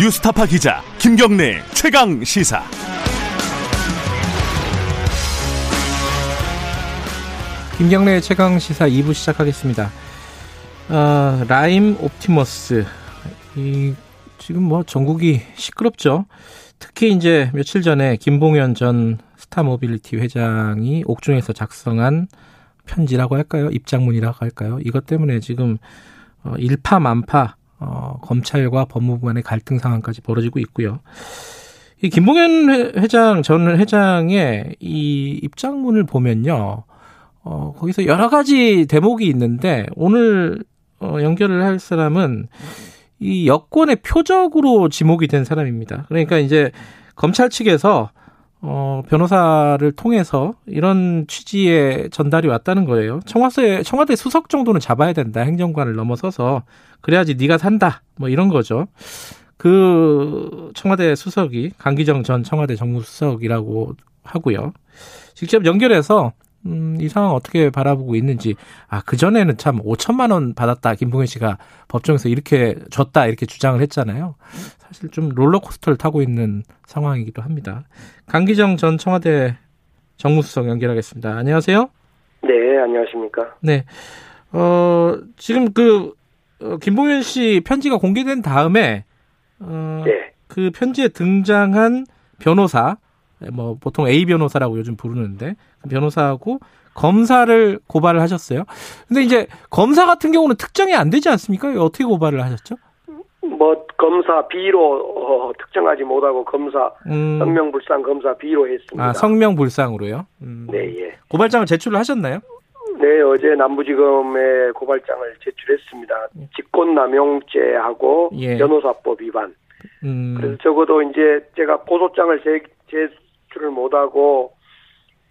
뉴스타파 기자 김경래 최강 시사. 김경래 최강 시사 2부 시작하겠습니다. 아, 라임 옵티머스. 이, 지금 뭐 전국이 시끄럽죠. 특히 이제 며칠 전에 김봉현 전 스타모빌리티 회장이 옥중에서 작성한 편지라고 할까요? 입장문이라고 할까요? 이것 때문에 지금 어, 일파만파 어, 검찰과 법무부 간의 갈등 상황까지 벌어지고 있고요. 이 김봉현 회- 회장 전 회장의 이 입장문을 보면요. 어, 거기서 여러 가지 대목이 있는데 오늘 어, 연결을 할 사람은 이 여권의 표적으로 지목이 된 사람입니다. 그러니까 이제 검찰 측에서 어, 변호사를 통해서 이런 취지의 전달이 왔다는 거예요. 청와대 청와대 수석 정도는 잡아야 된다. 행정관을 넘어서서 그래야지 네가 산다. 뭐 이런 거죠. 그 청와대 수석이 강기정 전 청와대 정무수석이라고 하고요. 직접 연결해서 음, 이 상황 어떻게 바라보고 있는지 아 그 전에는 참 5천만 원 받았다 김봉현 씨가 법정에서 이렇게 줬다 이렇게 주장을 했잖아요. 사실 좀 롤러코스터를 타고 있는 상황이기도 합니다. 강기정 전 청와대 정무수석 연결하겠습니다. 안녕하세요. 네, 안녕하십니까. 네. 어, 지금 그, 어, 김봉현 씨 편지가 공개된 다음에, 어, 네, 그 편지에 등장한 변호사, 뭐, 보통 A 변호사라고 요즘 부르는데, 그 변호사하고 검사를 고발을 하셨어요. 근데 이제 검사 같은 경우는 특정이 안 되지 않습니까? 어떻게 고발을 하셨죠? 뭐 검사 B로 어, 특정하지 못하고 검사 음, 성명불상 검사 B로 했습니다. 아, 성명불상으로요? 음, 네, 예. 고발장을 제출을 하셨나요? 네, 어제 남부지검에 고발장을 제출했습니다. 직권남용죄하고 예. 변호사법 위반. 그래서 음, 적어도 이제 제가 고소장을 제, 제출을 못하고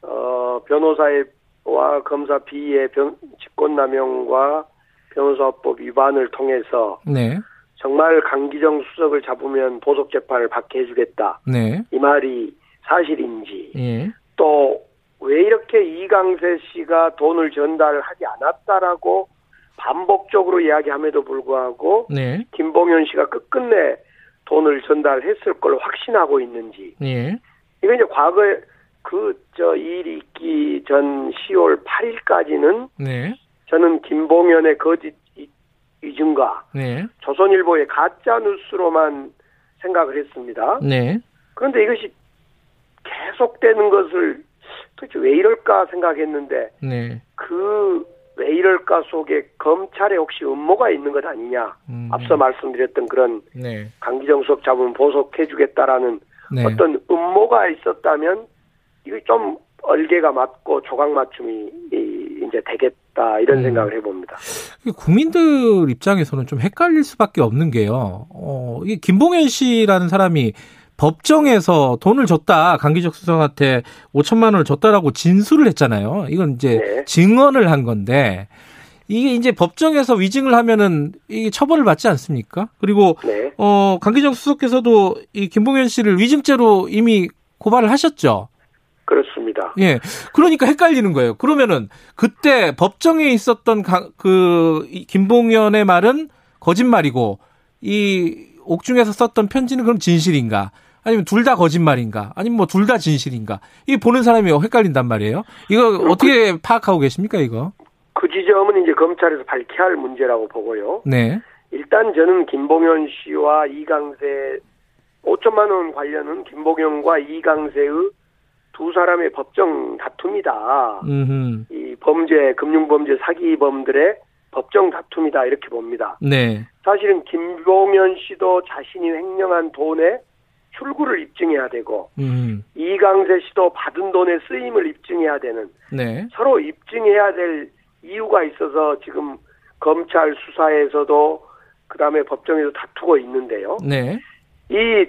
어, 변호사와 검사 B의 변, 직권남용과 변호사법 위반을 통해서 네, 정말 강기정 수석을 잡으면 보석 재판을 받게 해주겠다. 네, 이 말이 사실인지 예, 또 왜 이렇게 이강세 씨가 돈을 전달하지 않았다라고 반복적으로 이야기함에도 불구하고 네, 김봉현 씨가 끝끝내 돈을 전달했을 걸 확신하고 있는지 예, 이건 이제 과거에 그 저 일이 있기 전 10월 8일까지는 네, 저는 김봉현의 거짓 이- 이중과 네, 조선일보의 가짜 뉴스로만 생각을 했습니다. 네. 그런데 이것이 계속되는 것을 도대체 왜 이럴까 생각했는데 네. 그 왜 이럴까 속에 검찰에 혹시 음모가 있는 것 아니냐. 음, 앞서 말씀드렸던 그런 네. 강기정 수석 잡으면 보석해주겠다라는 네. 어떤 음모가 있었다면 이거 좀 얼개가 맞고 조각 맞춤이 이- 이제 되겠다 이런 음. 생각을 해봅니다. 국민들 입장에서는 좀 헷갈릴 수밖에 없는 게요. 어, 이게 김봉현 씨라는 사람이 법정에서 돈을 줬다. 강기적 수석한테 5천만 원을 줬다라고 진술을 했잖아요. 이건 이제 네. 증언을 한 건데 이게 이제 법정에서 위증을 하면은 이게 처벌을 받지 않습니까? 그리고 네, 어, 강기정 수석께서도 이 김봉현 씨를 위증죄로 이미 고발을 하셨죠. 그렇습니다. 예. 그러니까 헷갈리는 거예요. 그러면은 그때 법정에 있었던 강, 그 이, 김봉현의 말은 거짓말이고 이 옥중에서 썼던 편지는 그럼 진실인가? 아니면 둘 다 거짓말인가? 아니면 뭐 둘 다 진실인가? 이 보는 사람이 헷갈린단 말이에요. 이거 어떻게 파악하고 계십니까, 이거? 그 지점은 이제 검찰에서 밝혀야 할 문제라고 보고요. 네. 일단 저는 김봉현 씨와 이강세 5천만 원 관련은 김봉현과 이강세의 두 사람의 법정 다툼이다. 음. 이 범죄, 금융범죄, 사기범들의 법정 다툼이다 이렇게 봅니다. 네. 사실은 김봉현 씨도 자신이 횡령한 돈의 출구를 입증해야 되고 음. 이강세 씨도 받은 돈의 쓰임을 입증해야 되는 네. 서로 입증해야 될 이유가 있어서 지금 검찰 수사에서도 그다음에 법정에서 다투고 있는데요. 네. 이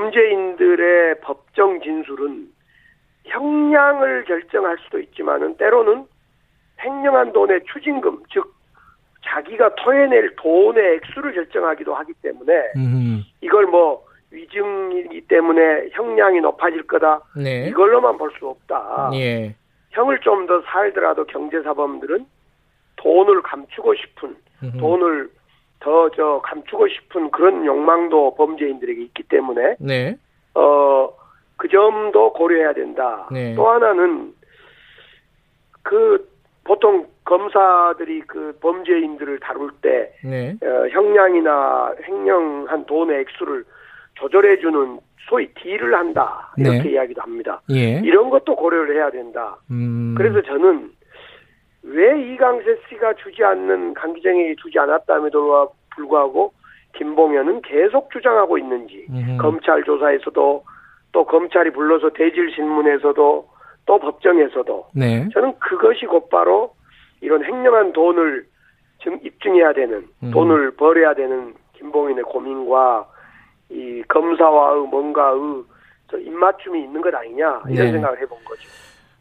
범죄인들의 법정 진술은 형량을 결정할 수도 있지만은 때로는 횡령한 돈의 추징금 즉 자기가 토해낼 돈의 액수를 결정하기도 하기 때문에 음. 이걸 뭐 위증이기 때문에 형량이 높아질 거다 네. 이걸로만 볼 수 없다. 예. 형을 좀 더 살더라도 경제사범들은 돈을 감추고 싶은 음. 돈을 더 저 감추고 싶은 그런 욕망도 범죄인들에게 있기 때문에 네. 어 그 점도 고려해야 된다. 네. 또 하나는 그 보통 검사들이 그 범죄인들을 다룰 때 네. 어, 형량이나 횡령한 돈의 액수를 조절해주는 소위 딜을 한다 이렇게 네. 이야기도 합니다. 예. 이런 것도 고려를 해야 된다. 음. 그래서 저는 왜 이강세 씨가 주지 않는 강기정에게 주지 않았다에도 불구하고 김봉현은 계속 주장하고 있는지 음. 검찰 조사에서도 또 검찰이 불러서 대질 신문에서도 또 법정에서도 네. 저는 그것이 곧바로 이런 횡령한 돈을 지금 입증해야 되는 음. 돈을 벌여야 되는 김봉인의 고민과 이 검사와의 뭔가의 저 입맞춤이 있는 것 아니냐 이런 네. 생각을 해본 거죠.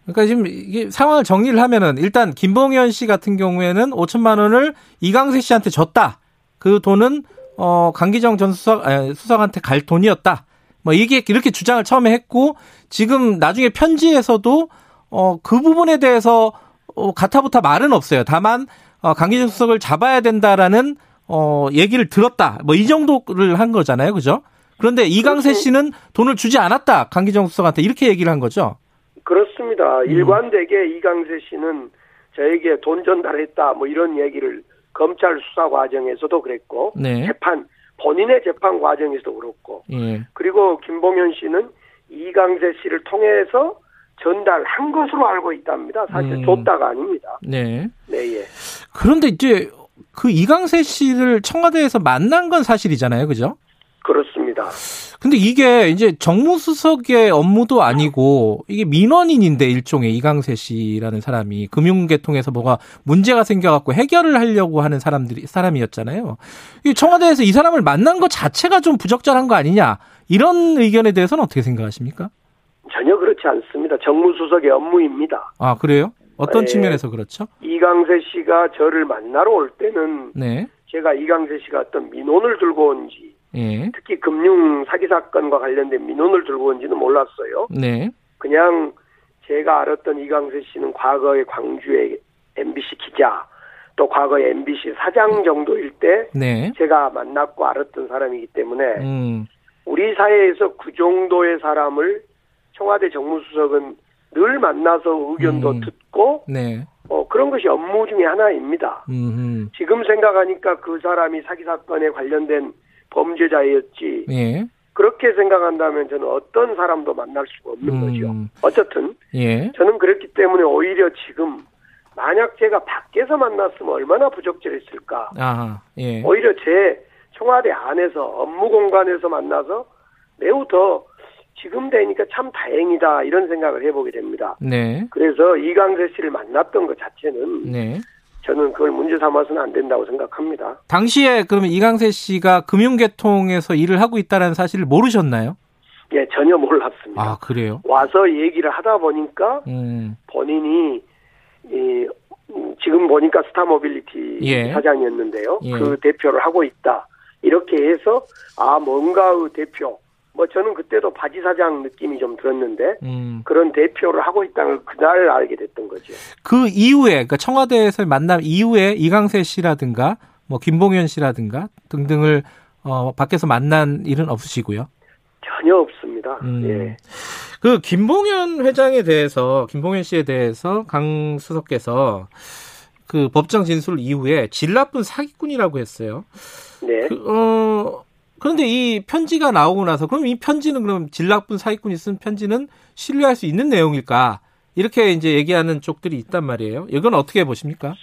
그러니까 지금 이게 상황을 정리를 하면은 일단 김봉현 씨 같은 경우에는 5천만 원을 이강세 씨한테 줬다. 그 돈은 어 강기정 전 수석 아, 수석한테 갈 돈이었다. 뭐 이게 이렇게 주장을 처음에 했고 지금 나중에 편지에서도 어 그 부분에 대해서 어, 가타부타 말은 없어요. 다만 어, 강기정 수석을 잡아야 된다라는 어 얘기를 들었다. 뭐 이 정도를 한 거잖아요, 그죠? 그런데 이강세 그렇죠. 씨는 돈을 주지 않았다. 강기정 수석한테 이렇게 얘기를 한 거죠. 그렇습니다. 음. 일관되게 이강세 씨는 저에게 돈 전달했다 뭐 이런 얘기를 검찰 수사 과정에서도 그랬고 네. 재판 본인의 재판 과정에서도 그렇고 예. 그리고 김봉현 씨는 이강세 씨를 통해서 전달한 것으로 알고 있답니다. 사실 음. 줬다가 아닙니다. 네. 네, 예. 그런데 이제 그 이강세 씨를 청와대에서 만난 건 사실이잖아요. 그죠? 그렇습니다. 근데 이게 이제 정무수석의 업무도 아니고 이게 민원인인데 일종의 이강세 씨라는 사람이 금융계통에서 뭐가 문제가 생겨갖고 해결을 하려고 하는 사람들이 사람이었잖아요. 이 청와대에서 이 사람을 만난 것 자체가 좀 부적절한 거 아니냐 이런 의견에 대해서는 어떻게 생각하십니까? 전혀 그렇지 않습니다. 정무수석의 업무입니다. 아 그래요? 어떤 네. 측면에서 그렇죠? 이강세 씨가 저를 만나러 올 때는 네, 제가 이강세 씨가 어떤 민원을 들고 온지 예, 특히 금융 사기 사건과 관련된 민원을 들고 온지는 몰랐어요. 네, 그냥 제가 알았던 이강세 씨는 과거에 광주의 MBC 기자 또 과거에 MBC 사장 정도일 때 네, 제가 만났고 알았던 사람이기 때문에 음, 우리 사회에서 그 정도의 사람을 청와대 정무수석은 늘 만나서 의견도 음. 듣고 네, 어, 그런 것이 업무 중에 하나입니다. 음, 지금 생각하니까 그 사람이 사기 사건에 관련된 범죄자였지 예. 그렇게 생각한다면 저는 어떤 사람도 만날 수가 없는 음. 거죠. 어쨌든 예. 저는 그렇기 때문에 오히려 지금 만약 제가 밖에서 만났으면 얼마나 부적절했을까. 아, 예. 오히려 제 청와대 안에서 업무 공간에서 만나서 매우 더 지금 되니까 참 다행이다 이런 생각을 해보게 됩니다. 네. 그래서 이강세 씨를 만났던 것 자체는 네. 저는 그걸 문제 삼아서는 안 된다고 생각합니다. 당시에 그러면 이강세 씨가 금융계통에서 일을 하고 있다는 사실을 모르셨나요? 예, 전혀 몰랐습니다. 아, 그래요? 와서 얘기를 하다 보니까 음, 본인이 이, 음, 지금 보니까 스타모빌리티 예. 사장이었는데요. 예. 그 대표를 하고 있다. 이렇게 해서 아 뭔가의 대표. 뭐 저는 그때도 바지 사장 느낌이 좀 들었는데 음. 그런 대표를 하고 있다는 걸 그날 알게 됐던 거죠. 그 이후에, 그러니까 청와대에서 만남 이후에 이강세 씨라든가, 뭐, 김봉현 씨라든가 등등을, 어, 밖에서 만난 일은 없으시고요. 전혀 없습니다. 음. 예. 그 김봉현 회장에 대해서 김봉현 씨에 대해서 강 수석께서 그 법정 진술 이후에 질 나쁜 사기꾼이라고 했어요. 네. 그, 어, 그런데 이 편지가 나오고 나서 그럼 이 편지는 그럼 질 나쁜 사기꾼이 쓴 편지는 신뢰할 수 있는 내용일까? 이렇게 이제 얘기하는 쪽들이 있단 말이에요. 이건 어떻게 보십니까?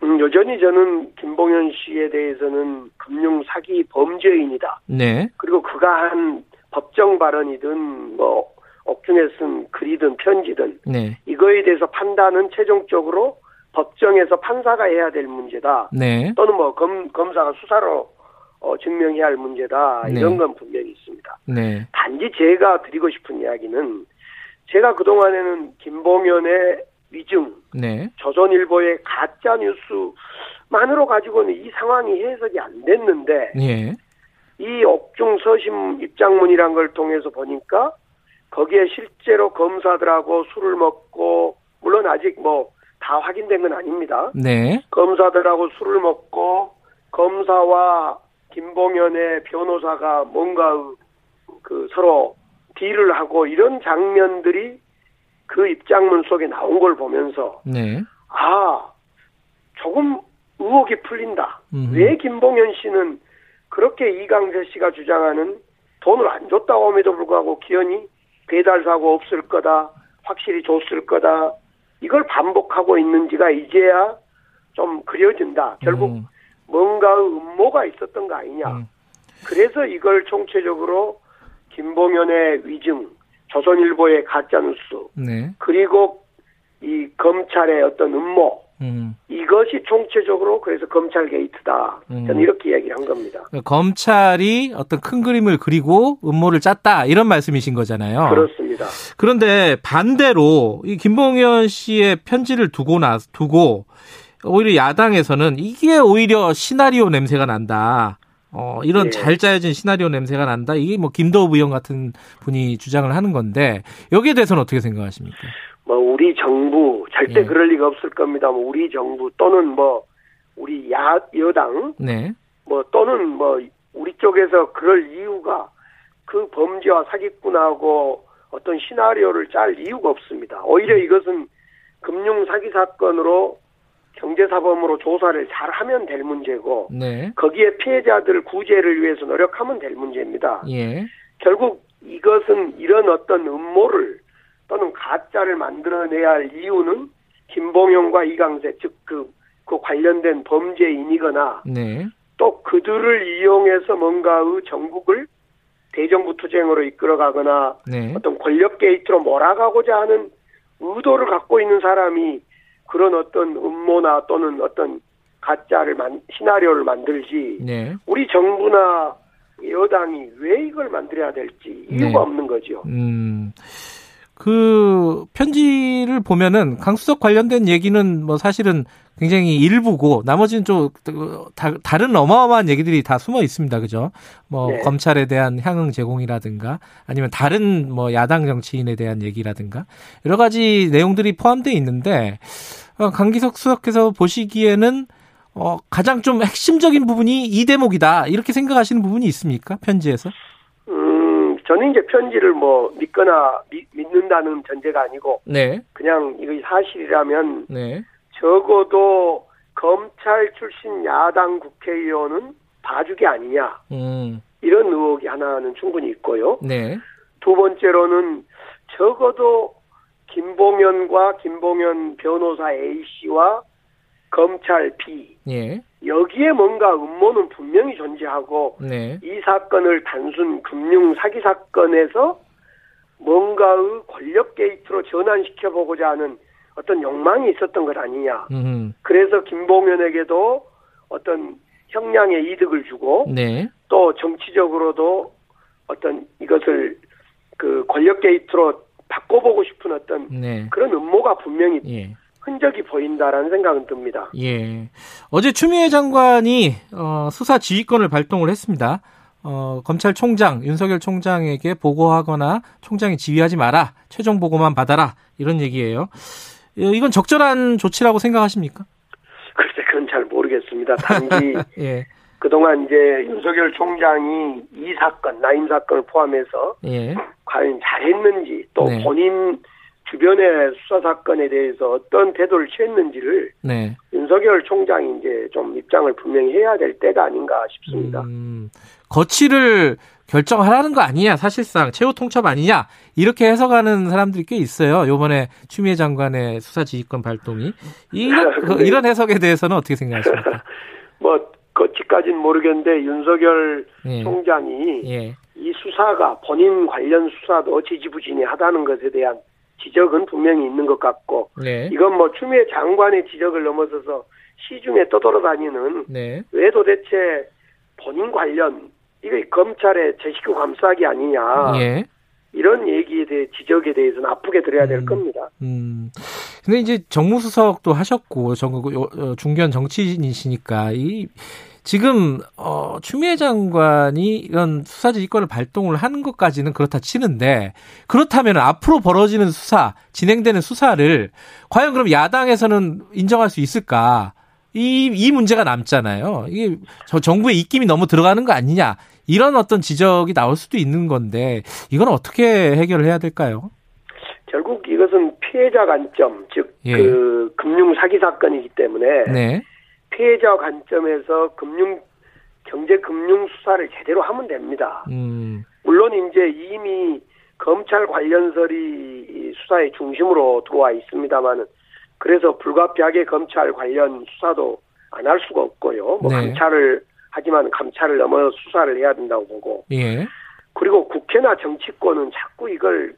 그 음, 여전히 저는 김봉현 씨에 대해서는 금융 사기 범죄인이다. 네. 그리고 그가 한 법정 발언이든 뭐 옥중에 쓴 글이든 편지든 네. 이거에 대해서 판단은 최종적으로 법정에서 판사가 해야 될 문제다. 네. 또는 뭐 검, 검사가 수사로 어, 증명해야 할 문제다. 네. 이런 건 분명히 있습니다. 네. 단지 제가 드리고 싶은 이야기는 제가 그동안에는 김봉현의 위증, 네. 조선일보의 가짜 뉴스만으로 가지고는 이 상황이 해석이 안 됐는데 예. 이 옥중 서심 입장문이란 걸 통해서 보니까 거기에 실제로 검사들하고 술을 먹고 물론 아직 뭐 다 확인된 건 아닙니다. 네. 검사들하고 술을 먹고 검사와 김봉현의 변호사가 뭔가 그 서로 딜을 하고 이런 장면들이 그 입장문 속에 나온 걸 보면서 네. 아 조금 의혹이 풀린다. 음. 왜 김봉현 씨는 그렇게 이강재 씨가 주장하는 돈을 안 줬다고 함에도 불구하고 기현이 배달 사고 없을 거다, 확실히 줬을 거다 이걸 반복하고 있는지가 이제야 좀 그려진다. 결국 음. 뭔가 음모가 있었던 거 아니냐. 음. 그래서 이걸 총체적으로 김봉현의 위증, 조선일보의 가짜뉴스, 네. 그리고 이 검찰의 어떤 음모, 음. 이것이 총체적으로 그래서 검찰 게이트다. 음. 저는 이렇게 이야기를 한 겁니다. 그러니까 검찰이 어떤 큰 그림을 그리고 음모를 짰다 이런 말씀이신 거잖아요. 그렇습니다. 런데 반대로 이 김봉현 씨의 편지를 두고 나 두고 오히려 야당에서는 이게 오히려 시나리오 냄새가 난다. 어, 이런 예. 잘 짜여진 시나리오 냄새가 난다. 이게 뭐 김도우 의원 같은 분이 주장을 하는 건데 여기에 대해서는 어떻게 생각하십니까? 뭐 우리 정부 절대 예. 그럴 리가 없을 겁니다. 뭐 우리 정부 또는 뭐 우리 야 여당 네. 뭐 또는 뭐 우리 쪽에서 그럴 이유가 그 범죄와 사기꾼하고 어떤 시나리오를 짤 이유가 없습니다. 오히려 이것은 금융 사기 사건으로 경제사범으로 조사를 잘 하면 될 문제고 네. 거기에 피해자들 구제를 위해서 노력하면 될 문제입니다. 예. 결국 이것은 이런 어떤 음모를 또는 가짜를 만들어내야 할 이유는 김봉영과 이강세 즉 그 그 관련된 범죄인이거나 네. 또 그들을 이용해서 뭔가의 전국을 대정부 투쟁으로 이끌어가거나 네. 어떤 권력 게이트로 몰아가고자 하는 의도를 갖고 있는 사람이 그런 어떤 음모나 또는 어떤 가짜를 만 시나리오를 만들지 네. 우리 정부나 여당이 왜 이걸 만들어야 될지 이유가 네. 없는 거죠. 음. 그 편지를 보면은 강수석 관련된 얘기는 뭐 사실은 굉장히 일부고 나머지는 좀그 다 다른 어마어마한 얘기들이 다 숨어 있습니다. 그죠? 뭐 네. 검찰에 대한 향응 제공이라든가 아니면 다른 뭐 야당 정치인에 대한 얘기라든가 여러 가지 내용들이 포함되어 있는데 어, 강기석 수석께서 보시기에는 어, 가장 좀 핵심적인 부분이 이 대목이다. 이렇게 생각하시는 부분이 있습니까? 편지에서? 음, 저는 이제 편지를 뭐 믿거나 미- 믿는다는 전제가 아니고 네. 그냥 이거 사실이라면 네. 적어도 검찰 출신 야당 국회의원은 봐주기 아니냐 음. 이런 의혹이 하나는 충분히 있고요. 네. 두 번째로는 적어도 김봉현과 김봉현 변호사 A 씨와 검찰 B 예, 여기에 뭔가 음모는 분명히 존재하고 네, 이 사건을 단순 금융 사기 사건에서 뭔가의 권력 게이트로 전환시켜 보고자 하는 어떤 욕망이 있었던 것 아니냐. 음, 그래서 김봉현에게도 어떤 형량의 이득을 주고 네, 또 정치적으로도 어떤 이것을 그 권력 게이트로 바꿔보고 싶은 어떤 네, 그런 음모가 분명히 예, 흔적이 보인다라는 생각은 듭니다. 예. 어제 추미애 장관이 어, 수사 지휘권을 발동을 했습니다. 어, 검찰총장 윤석열 총장에게 보고하거나 총장이 지휘하지 마라, 최종 보고만 받아라 이런 얘기예요. 어, 이건 적절한 조치라고 생각하십니까? 글쎄 그건 잘 모르겠습니다. 단지 예, 그동안 이제 윤석열 총장이 이 사건, 나임 사건을 포함해서 예, 과연 잘했는지 또 네. 본인 주변의 수사 사건에 대해서 어떤 태도를 취했는지를 네. 윤석열 총장이 이제 좀 입장을 분명히 해야 될 때가 아닌가 싶습니다. 음, 거취를 결정하라는 거 아니냐, 사실상 최후 통첩 아니냐 이렇게 해석하는 사람들이 꽤 있어요. 요번에 추미애 장관의 수사 지휘권 발동이 이런 그, 네. 이런 해석에 대해서는 어떻게 생각하십니까? 뭐 거치까지는 모르겠는데 윤석열 예, 총장이 예, 이 수사가 본인 관련 수사도 지지부진하다는 것에 대한 지적은 분명히 있는 것 같고 네, 이건 뭐 추미애 장관의 지적을 넘어서서 시중에 떠돌아다니는 네, 왜 도대체 본인 관련 이거 검찰의 제식구 감싸기 아니냐 예. 이런 얘기에 대해 지적에 대해서는 아프게 들어야 될 음. 겁니다. 음. 근데 이제 정무수석도 하셨고 전국 요- 어, 중견 정치인이시니까 이 지금 어 추미애 장관이 이런 수사 지휘권을 발동을 하는 것까지는 그렇다 치는데 그렇다면 앞으로 벌어지는 수사 진행되는 수사를 과연 그럼 야당에서는 인정할 수 있을까? 이, 이 문제가 남잖아요. 이게 저 정부의 입김이 너무 들어가는 거 아니냐. 이런 어떤 지적이 나올 수도 있는 건데, 이건 어떻게 해결을 해야 될까요? 결국 이것은 피해자 관점, 즉, 예. 그, 금융 사기 사건이기 때문에 네. 피해자 관점에서 금융, 경제 금융 수사를 제대로 하면 됩니다. 음, 물론 이제 이미 검찰 관련설이 이 수사의 중심으로 들어와 있습니다만은 그래서 불가피하게 검찰 관련 수사도 안 할 수가 없고요. 뭐 네. 감찰을 하지만 감찰을 넘어 수사를 해야 된다고 보고 예. 그리고 국회나 정치권은 자꾸 이걸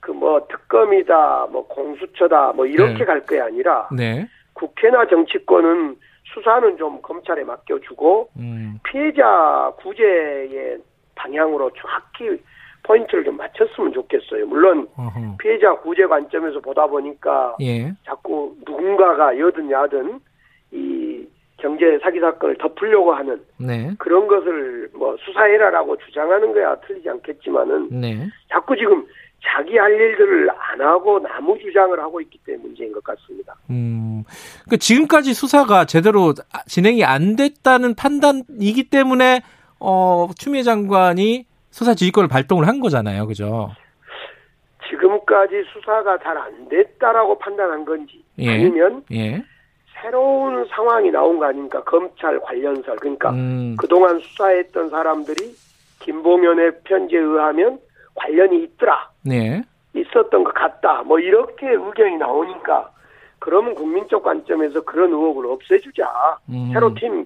그 뭐 특검이다, 뭐 공수처다, 뭐 이렇게 네. 갈 게 아니라 네. 국회나 정치권은 수사는 좀 검찰에 맡겨주고 음, 피해자 구제의 방향으로 정확히 포인트를 좀 맞췄으면 좋겠어요. 물론 어허. 피해자 구제 관점에서 보다 보니까 예. 자꾸 누군가가 여든 야든 이 경제 사기 사건을 덮으려고 하는 네. 그런 것을 뭐 수사해라라고 주장하는 거야 틀리지 않겠지만은 네. 자꾸 지금 자기 할 일들을 안 하고 나무 주장을 하고 있기 때문에 문제인 것 같습니다. 음, 그러니까 지금까지 수사가 제대로 아, 진행이 안 됐다는 판단이기 때문에 어 추미애 장관이 수사 지휘권을 발동을 한 거잖아요, 그죠? 지금까지 수사가 잘 안 됐다라고 판단한 건지 예. 아니면 예. 새로운 상황이 나온 거 아닙니까? 검찰 관련설. 그러니까 음, 그동안 수사했던 사람들이 김봉현의 편지에 의하면 관련이 있더라. 네. 있었던 것 같다. 뭐 이렇게 의견이 나오니까 그러면 국민적 관점에서 그런 의혹을 없애주자. 음. 새로 팀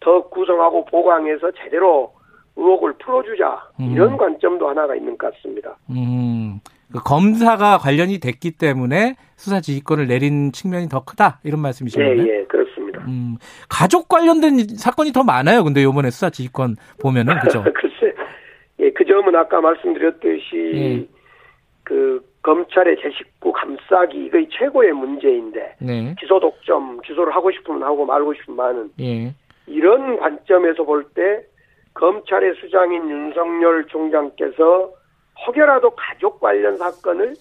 더 구성하고 보강해서 제대로 의혹을 풀어주자. 음. 이런 관점도 하나가 있는 것 같습니다. 음, 그 검사가 관련이 됐기 때문에 수사 지휘권을 내린 측면이 더 크다 이런 예, 말씀이시네요. 예, 그렇습니다. 음, 가족 관련된 사건이 더 많아요. 근데 요번에 수사 지휘권 보면은 그죠? 글쎄, 예, 그 점은 아까 말씀드렸듯이 그 검찰의 제 식구 감싸기 이거 최고의 문제인데 네. 기소 독점, 기소를 하고 싶으면 하고 말고 싶으면은 예. 이런 관점에서 볼 때 검찰의 수장인 윤석열 총장께서 혹여라도 가족 관련 사건을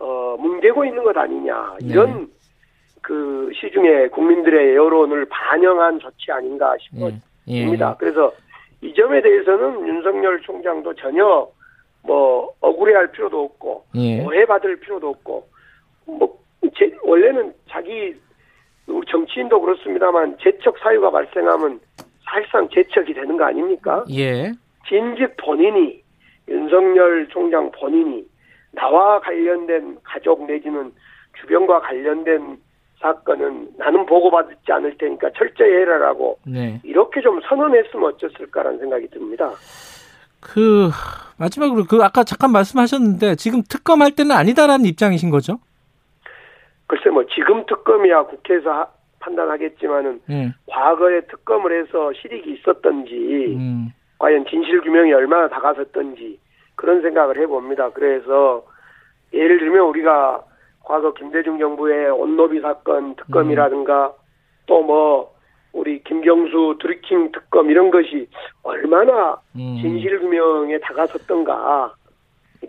어, 뭉개고 있는 것 아니냐 이런 그 시중에 국민들의 여론을 반영한 조치 아닌가 싶어 예. 예. 입니다. 그래서 이 점에 대해서는 윤석열 총장도 전혀 뭐 억울해할 필요도 없고 예. 오해받을 필요도 없고 뭐 제- 원래는 자기 우리 정치인도 그렇습니다만 재척 사유가 발생하면 사실상 재척이 되는 거 아닙니까? 예. 진즉 본인이 윤석열 총장 본인이 나와 관련된 가족 내지는 주변과 관련된 사건은 나는 보고받지 않을 테니까 철저히 해라라고 네. 이렇게 좀 선언했으면 어땠을까라는 생각이 듭니다. 그 마지막으로 그 아까 잠깐 말씀하셨는데 지금 특검할 때는 아니다라는 입장이신 거죠? 글쎄 뭐 지금 특검이야 국회에서 하- 판단하겠지만은 예. 과거에 특검을 해서 실익이 있었던지 음. 과연 진실 규명이 얼마나 다가섰던지 그런 생각을 해봅니다. 그래서 예를 들면 우리가 과거 김대중 정부의 온노비 사건 특검이라든가 또 뭐 우리 김경수 드리킹 특검 이런 것이 얼마나 음. 진실 규명에 다가섰던가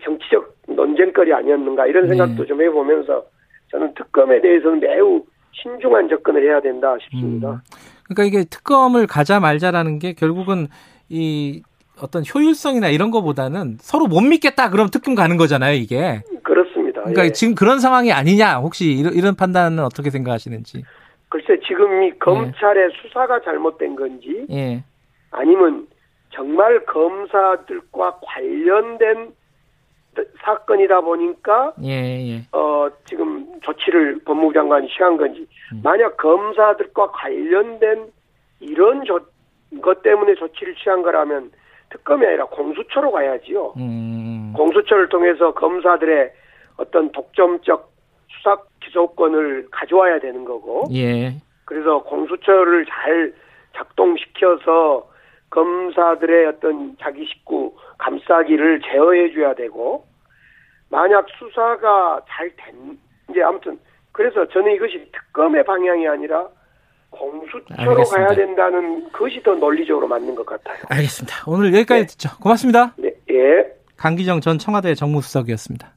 정치적 논쟁거리 아니었는가 이런 생각도 네. 좀 해보면서 저는 특검에 대해서는 매우 신중한 접근을 해야 된다 싶습니다. 음. 그러니까 이게 특검을 가자 말자라는 게 결국은 이 어떤 효율성이나 이런 거보다는 서로 못 믿겠다 그럼 특검 가는 거잖아요, 이게. 그렇습니다. 그러니까 예. 지금 그런 상황이 아니냐 혹시 이런, 이런 판단은 어떻게 생각하시는지. 글쎄 지금 네. 이 검찰의 수사가 잘못된 건지 예. 아니면 정말 검사들과 관련된 사건이다 보니까 예, 예. 어, 지금 조치를 법무부 장관이 취한 건지, 음. 만약 검사들과 관련된 이런 조, 것 때문에 조치를 취한 거라면 특검이 아니라 공수처로 가야지요. 음. 공수처를 통해서 검사들의 어떤 독점적 수사 기소권을 가져와야 되는 거고, 예. 그래서 공수처를 잘 작동시켜서 검사들의 어떤 자기 식구 감싸기를 제어해 줘야 되고 만약 수사가 잘 된 이제 아무튼 그래서 저는 이것이 특검의 방향이 아니라 공수처로 알겠습니다. 가야 된다는 것이 더 논리적으로 맞는 것 같아요. 알겠습니다. 오늘 여기까지 듣죠. 고맙습니다. 네, 예. 강기정 전 청와대 정무수석이었습니다.